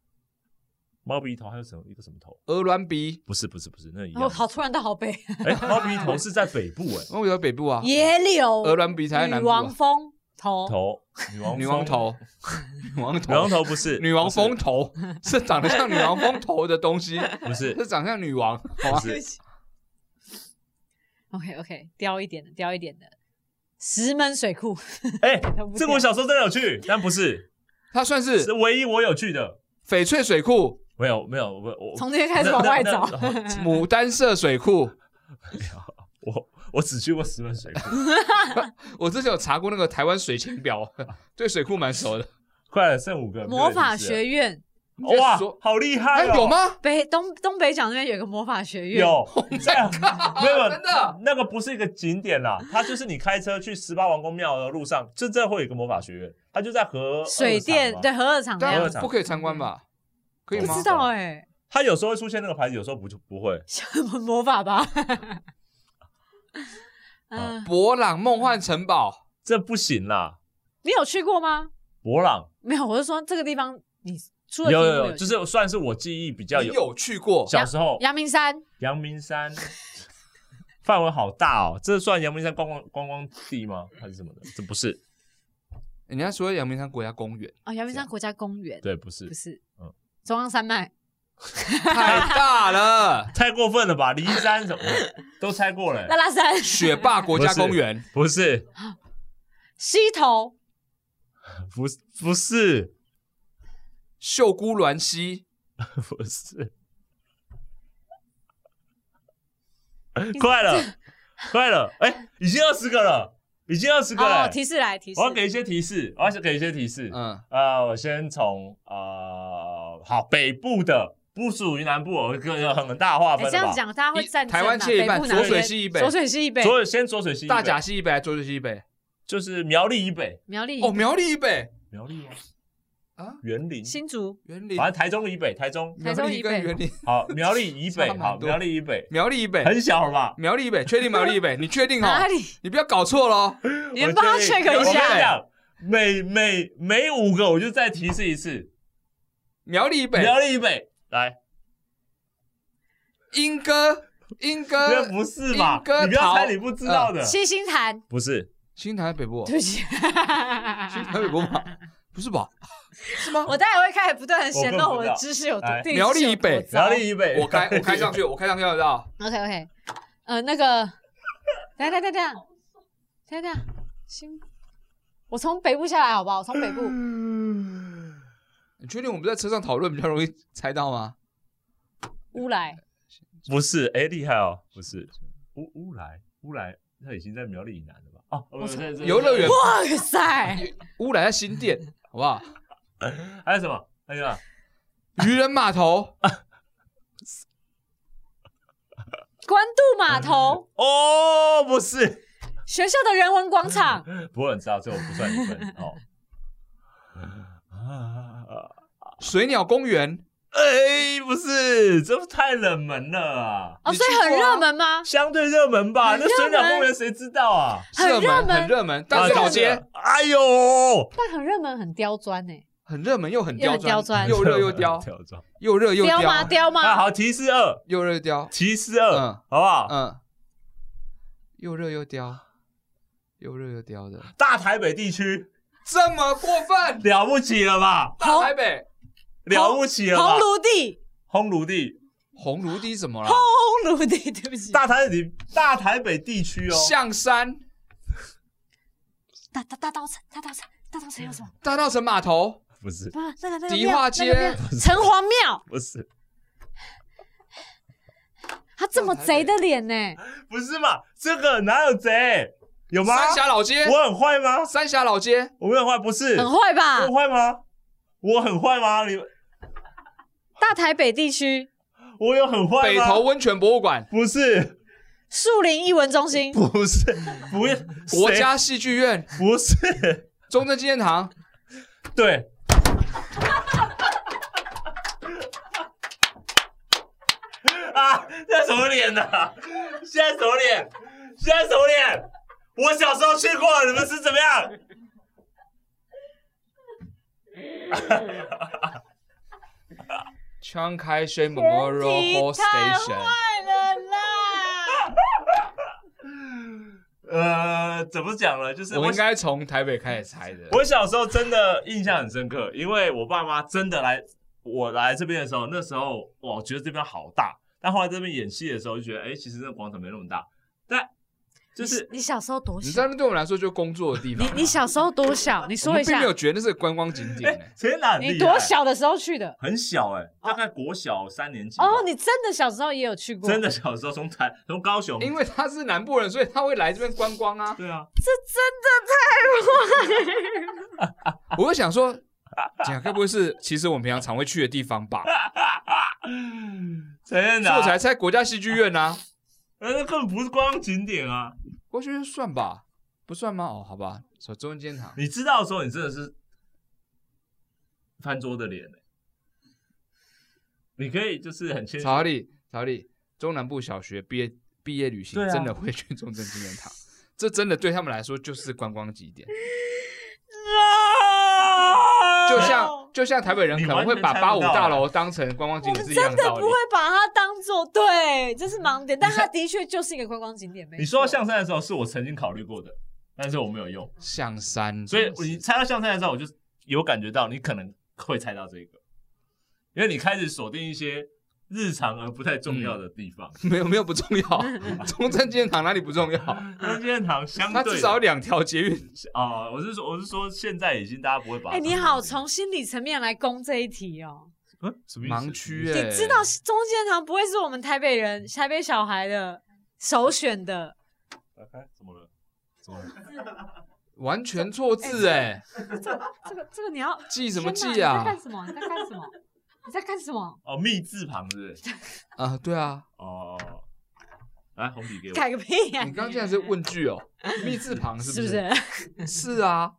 猫鼻头还有什么一个什么头？
鹅銮鼻，
不是不是不是，那一样
哦，好突然到好北， [laughs]
哎，猫鼻头是在北部哎，
我以为北部啊，
野柳、
鹅銮鼻才在南
女
部啊
王风头，
头女王
女王
峰，
头，女
[laughs]
王
女王
头，
头不是
女王
峰
风，头是长得像女王风头的东
[laughs]
西，
不是
是长相女王， [laughs] 好啊
不
吧？
是
OK OK，雕一点的，雕一点的，石门水库，
哎
都不，
这个我小时候真的有去，但不是，
它算
是
是
唯一我有去的，
翡翠水
[laughs]
库、
没有没有我我
从这边开始往外
那
找。
[laughs] 那那
牡丹社水库。
我我只去过石门水库，
我之前有查过那个台湾水情表，对水库蛮熟的。
快了剩五个
魔法学院，
你在
哇
说，
好厉害
哎，
哦！
有？吗？
北东东北角那边有一个魔法学院，
有，这样 [laughs] 没有
真的
那个不是一个景点啦，它就是你开车去十八王公庙的路上，就这会有一个魔法学院，它就在河
水电对，核二厂那
但
样
我，
不可以参观吧？可以
不
吗
知？
啊
道哎，
它有时候会出现那个牌子，有时候不就不会。
什么魔
[laughs]
法吧？嗯，
博朗梦幻城堡，
这不行啦，
你有去过吗？
博朗
没有，我是说这个地方你
有
出了题目
有有，
有
就
去
是算是我记忆比较
你有去过？
小时候
阳明山，
阳明山范围好大哦，这算阳明山观光观光地吗？还是什么的？这不是，
人家说阳明山国家公园
哦，阳明山国家公园，
啊对，不是
不，是
嗯，
中央山脉，
太大了，
太过分了吧？骊山
[laughs]
什么都拆过了欸、
拉拉山，
雪霸国家公园，
不是，
[laughs] 溪头，
不是，不是，
秀姑峦溪，
不是，快了，快了，哎、已经二十个了，已经二十个了、
哦，提示来提示
我，要给一些提示，我要给一些提示。
嗯，
呃，我先从呃，好，北部的不属于南部，我个人很很大划分
哎，
了
这
吧。
样讲大家会
一
战争
台湾
嘛
切一
北
半
部
左
哪
水
边
西一北
左水西以北，
左先左水西
大甲
甲
西北还是浊水西北？
就是苗栗以北，
苗栗以
哦，
北
苗栗以北
苗栗吗？
啊，
园林，
新竹，
园林，
反正台中以北，台中
苗
台中
栗
以
跟
北
园林， [laughs]
好，苗栗以
差
[laughs]
北，
蛮
好，
多
苗栗以北，
苗栗以北，
很小了吧？
苗栗以北，确定苗栗以北？你确定哦？
哪里？ [laughs]
你不要搞错哦喽。
你们帮他
我确定
check 一
我跟你
下，
讲，每每每五个我就再提示一次，
苗栗以北，
苗栗以北，来，
莺歌，莺
这 [laughs]
歌，
不是吧？
莺歌
你不要
桃
猜你不知道的，
七星潭，
不是，
新台北部哦，
[laughs] 对不起，
新台北部吗？不是吧？是吗？
[laughs] 我待会会开始不断的显
我根本
露
不
我
知
的
道
知识有多
来
地理
苗栗
是有
以北
多糟
苗栗以北，
我开我开上去，我开上去得到。
OK OK，呃，那个，等一下等一下等一下等一下等一下，新，我从北部下来好不好？我从北部，
你确定我们在车上讨论比较容易猜到吗？
乌来，
[laughs] 不是，哎，厉害哦，不是乌乌来乌来，那已经在苗栗以南了吧？哦，不是这这
游乐园
哇塞，
乌来在新店，好不好？
还有什么？还有什么？
渔人码头，
关渡码头，
哦，不是，
学校的人文广场，
不过你知道，这我不算一分
[laughs]
哦。啊
水鸟公园，
哎，不是，这太冷门了啊，
哦，
你
所以
去
很
过啊
热门吗？
相对热门吧？
很
那
热
水鸟
门
公园谁知道啊？
[laughs] 很
热
热
门，
门
很热门，但是老
啊
街，
哎呦，
但很热门，很刁钻呢，
很热门又很刁
又很刁钻
又热又刁，
[laughs] 跳蚤。
又热又
刁吗？刁
啊，
吗？
[laughs] 好，提示二，
又热又刁，
提示二，
嗯
好不好？
嗯，又热又刁，又热又刁的，
大台北地区
这么过分？
了不起了吧？
大台北
了不起了吧
红？炉地，
烘炉地，
红炉地怎么了？
红炉地，对不起，
大台北大台北地区哦，
象山
大大大稻城，大稻城，大稻城有什么？
大稻城码头。
不是
啊，那个那个
迪
庙
化
那个
街
庙城隍
[laughs]
庙，
不是
他这么贼的脸呢？
不是嘛？这个哪有贼？有吗？
三峡老街，
我很坏吗？
三峡老街，
我没有坏，不是
啊
很坏
我
吧
很？坏吗？我很坏吗？你
大台北地区
我有很坏吗？
[laughs] 北投温泉博物
[laughs]
馆，
不是
树林艺文中心，
不是不是
国家戏剧
[laughs]
院，
谁不是
中正纪念堂，
对。啊！现在什么脸呢、现在什么脸？现在什么脸？我小时候去过，你们是怎么样？
Chiang Kai-shek Memorial
全体
Hall
瘫
Station。
坏了
[laughs]
啦！
呃，怎么讲呢？就是
我
我
应该从台北开始猜的。
我小时候真的印象很深刻，因为我爸妈真的来我来这边的时候，那时候哇，我觉得这边好大，但后来这边演戏的时候就觉得，哎、其实那广场没那么大，但就是
你小时候多
你知道
小？
那对我们来说就是工作的地方
你
啊。
你小时候多小？你
我
说
们
一
并
下
没，有觉得那是观光景点、
[laughs]
哎、
欸。
谁哪里、
你多？小的时候去的？
很小哎、大概国小三年级
嗯
吧
哦，你真的小时候也有去过？
真的小时候从台从高雄，
因为他是南部人，所以他会来这边观光
[laughs]
啊。
对啊，
我就想说，姐，啊该不会是其实我们平常常会去的地方
[laughs]
吧？
陈彦
所
啊
以我才
南，
猜国家戏剧院啊。
那那根本不是观光景点啊！
国家戏剧院算吧？不算吗？哦，好吧，说中间堂。
你知道的时候，你真的是翻桌的脸、欸、你可以就是很谦虚
曹丽，曹丽，中南部小学毕业毕业旅行
对啊
真的会去中正纪念堂，这真的对他们来说就是观光景点。 [laughs] 就像就像台北人可能会把
啊你完全猜不到
八五大
啊
楼当成观光景
我
点
们
是一样
真的
道
不
理。
会把它当做对，这是盲点，但它的确就是一个观光景点。没
你说到
错
象山的时候，是我曾经考虑过的，但是我没有用，
象山，
所以你猜到象山的时候，我就有感觉到你可能会猜到这个，因为你开始锁定一些日常而不太重要的地方。
没有没有不重要，中正纪念堂哪里不重要？
那纪念堂相
它嗯
对
至少有两条捷运。
啊、我是说我是说现在已经大家不会把它
哎，你
当
好，
成
从心理层面来攻这一题哦。
嗯什么意思
盲区
你
哎、
知道中间堂不会是我们台北人、台北小孩的首选的，
打开怎么了？怎么了？
完全错字哎、
这个这个你要
记什么
天
记
哪你在
啊
干？什么？你在干什么？你在干什么？
哦，密字旁是不是？
啊，对啊，
哦，来红笔给我。
[laughs] 改个屁哎呀、
你刚刚竟然是
[laughs]
问句哦，密字旁是
是
不
不
是？
是？
是啊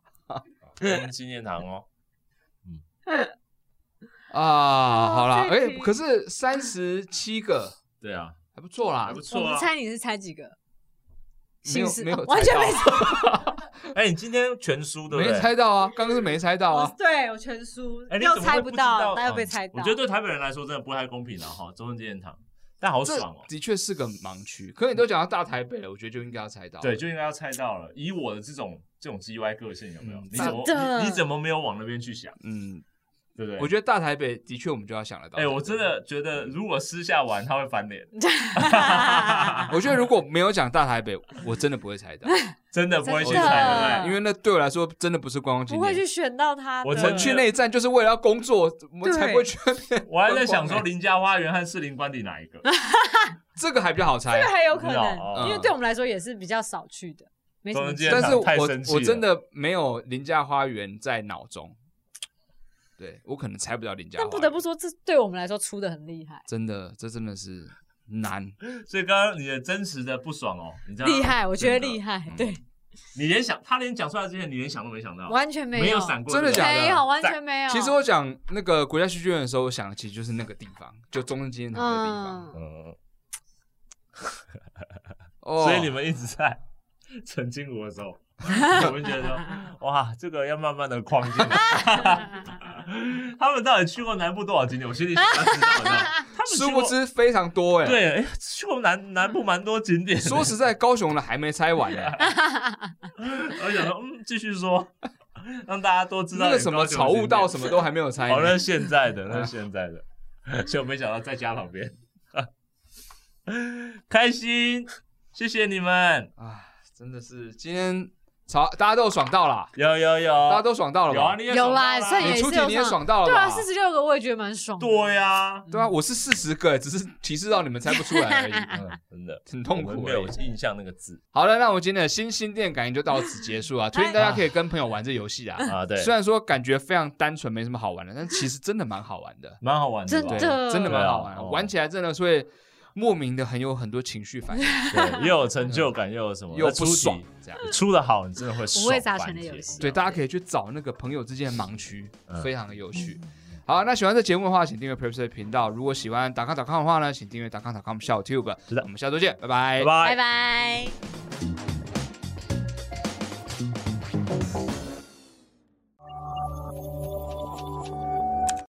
跟纪念堂哦。
啊，好啦，
哦
哎、
这题
可是三十七个
对啊，
还不错啦
还不，
我
错
们
啊。
猜你是猜几个？
没有
姓氏
没有
[laughs] 完全没
猜到，啊
[laughs] 哎，你今天全输对不
没
对？
猜到啊，刚刚是没猜到
我
啊，
对我全输，
哎，你
又
怎么
猜
会
不
知
到，但
哦
又被猜到。
我觉
[laughs]
得对台北人来说真的不太公平了哈，中正纪念堂，但好
这
爽哦。
的确是个盲区。可你都讲到大台北了，我觉得就应该要猜到。
对，，就应该要猜到了。以我的这种这种 G Y 个性，有没有？
嗯
你怎
真
么
的
你你怎么没有往那边去想？
嗯，
对不对？
我觉得大台北的确我们就要想得到。
哎、我真，的觉得如果私下玩，他会翻脸，
我觉得如果没有讲大台北，我真的不会
[laughs]
猜到，
真的不会去
真的
猜，对不
因为那对我来说真的不是观光景
不会
点。
去选到他的。
我
我们去那一站就是为了要工作，我们才不会去那边。
对？我还在想
欸
说，林家花园和士林官邸哪一
[laughs]
个？
这个还比较好猜
这个，还有可
你知道
能，
哦
因为对我们来说也是比较少去的，没什么
中
机会
间
但是我
太生气了
我真的没有林家花园在脑中，对我可能猜不到林家花园。
但不得不说，这对我们来说出的很厉害，
真的，这真的是难。
所以刚刚你的真实的不爽哦，你知道吗
厉害，我觉得厉害
嗯，
对，
你连想他连讲出来之前，你连想都没想到，
完全没
没
有，哎
闪过，
真的假的
没有，完全没有。
其实我讲那个国家戏剧院的时候，我想的其实就是那个地方，就中正纪念堂的地方。
嗯，
嗯，
哦，
所以你们一直在 [laughs] 澄清我的时候，我们觉得说
[laughs]
哇，这个要慢慢的框进来。他们到底去过南部多少景点？我心里想要知道，你知
[laughs]
道吗他们去
殊
过
不知非常多哎、欸。，
对，哎，去过南南部蛮多景点的。
说实在，高雄的还没猜完呢、
我想说，嗯，继续说，让大家多 [laughs] 知道
那个什么草悟道什
么。
么都还没有猜呢。
哦，那是现在的，那是现在的，就没想到在家旁边， [laughs] 开心，谢谢你们，
啊，真的是今天草大家都有爽到啦，
有有有，
大家都爽到了
有啊，
吧？
你也
有
爽到
啦所以
你
也
出
是
题
有
你也
上
爽到了
对
吧？
啊，四十六个我也觉得蛮爽的。
对呀，
对啊，我是四十个，只是提示到你们猜不出来
[laughs]
而已，
嗯，真的
很痛
我们
苦欸
没
而
有
已。
印象那个字
好了，那我们今天的新心电感应就到此结束
[laughs]
啊！推荐大家可以跟朋友玩这游戏啊。
哎啊，对，。
虽然说感觉非常单纯，没什么好玩的，但其实真的蛮好玩的
[laughs] 蛮好玩的吧，
对，
真的
真的蛮好玩的，
对啊哦
玩起来真的是会莫名的很有很多情绪反应，
对，又有成就感，又有什么，
又
那出
不爽
题
这样。
出的好，你真的会爽
五味杂
翻
陈的
天
游戏
对，大家可以去找那个朋友之间的盲区，
嗯
非常的有趣。好，那喜欢这节目的话，请订阅 Prepsy 的频道。如果喜欢达康达康的话呢，请订阅达康达康小 Tube。
是的
我们下周见，拜
拜拜
拜。拜。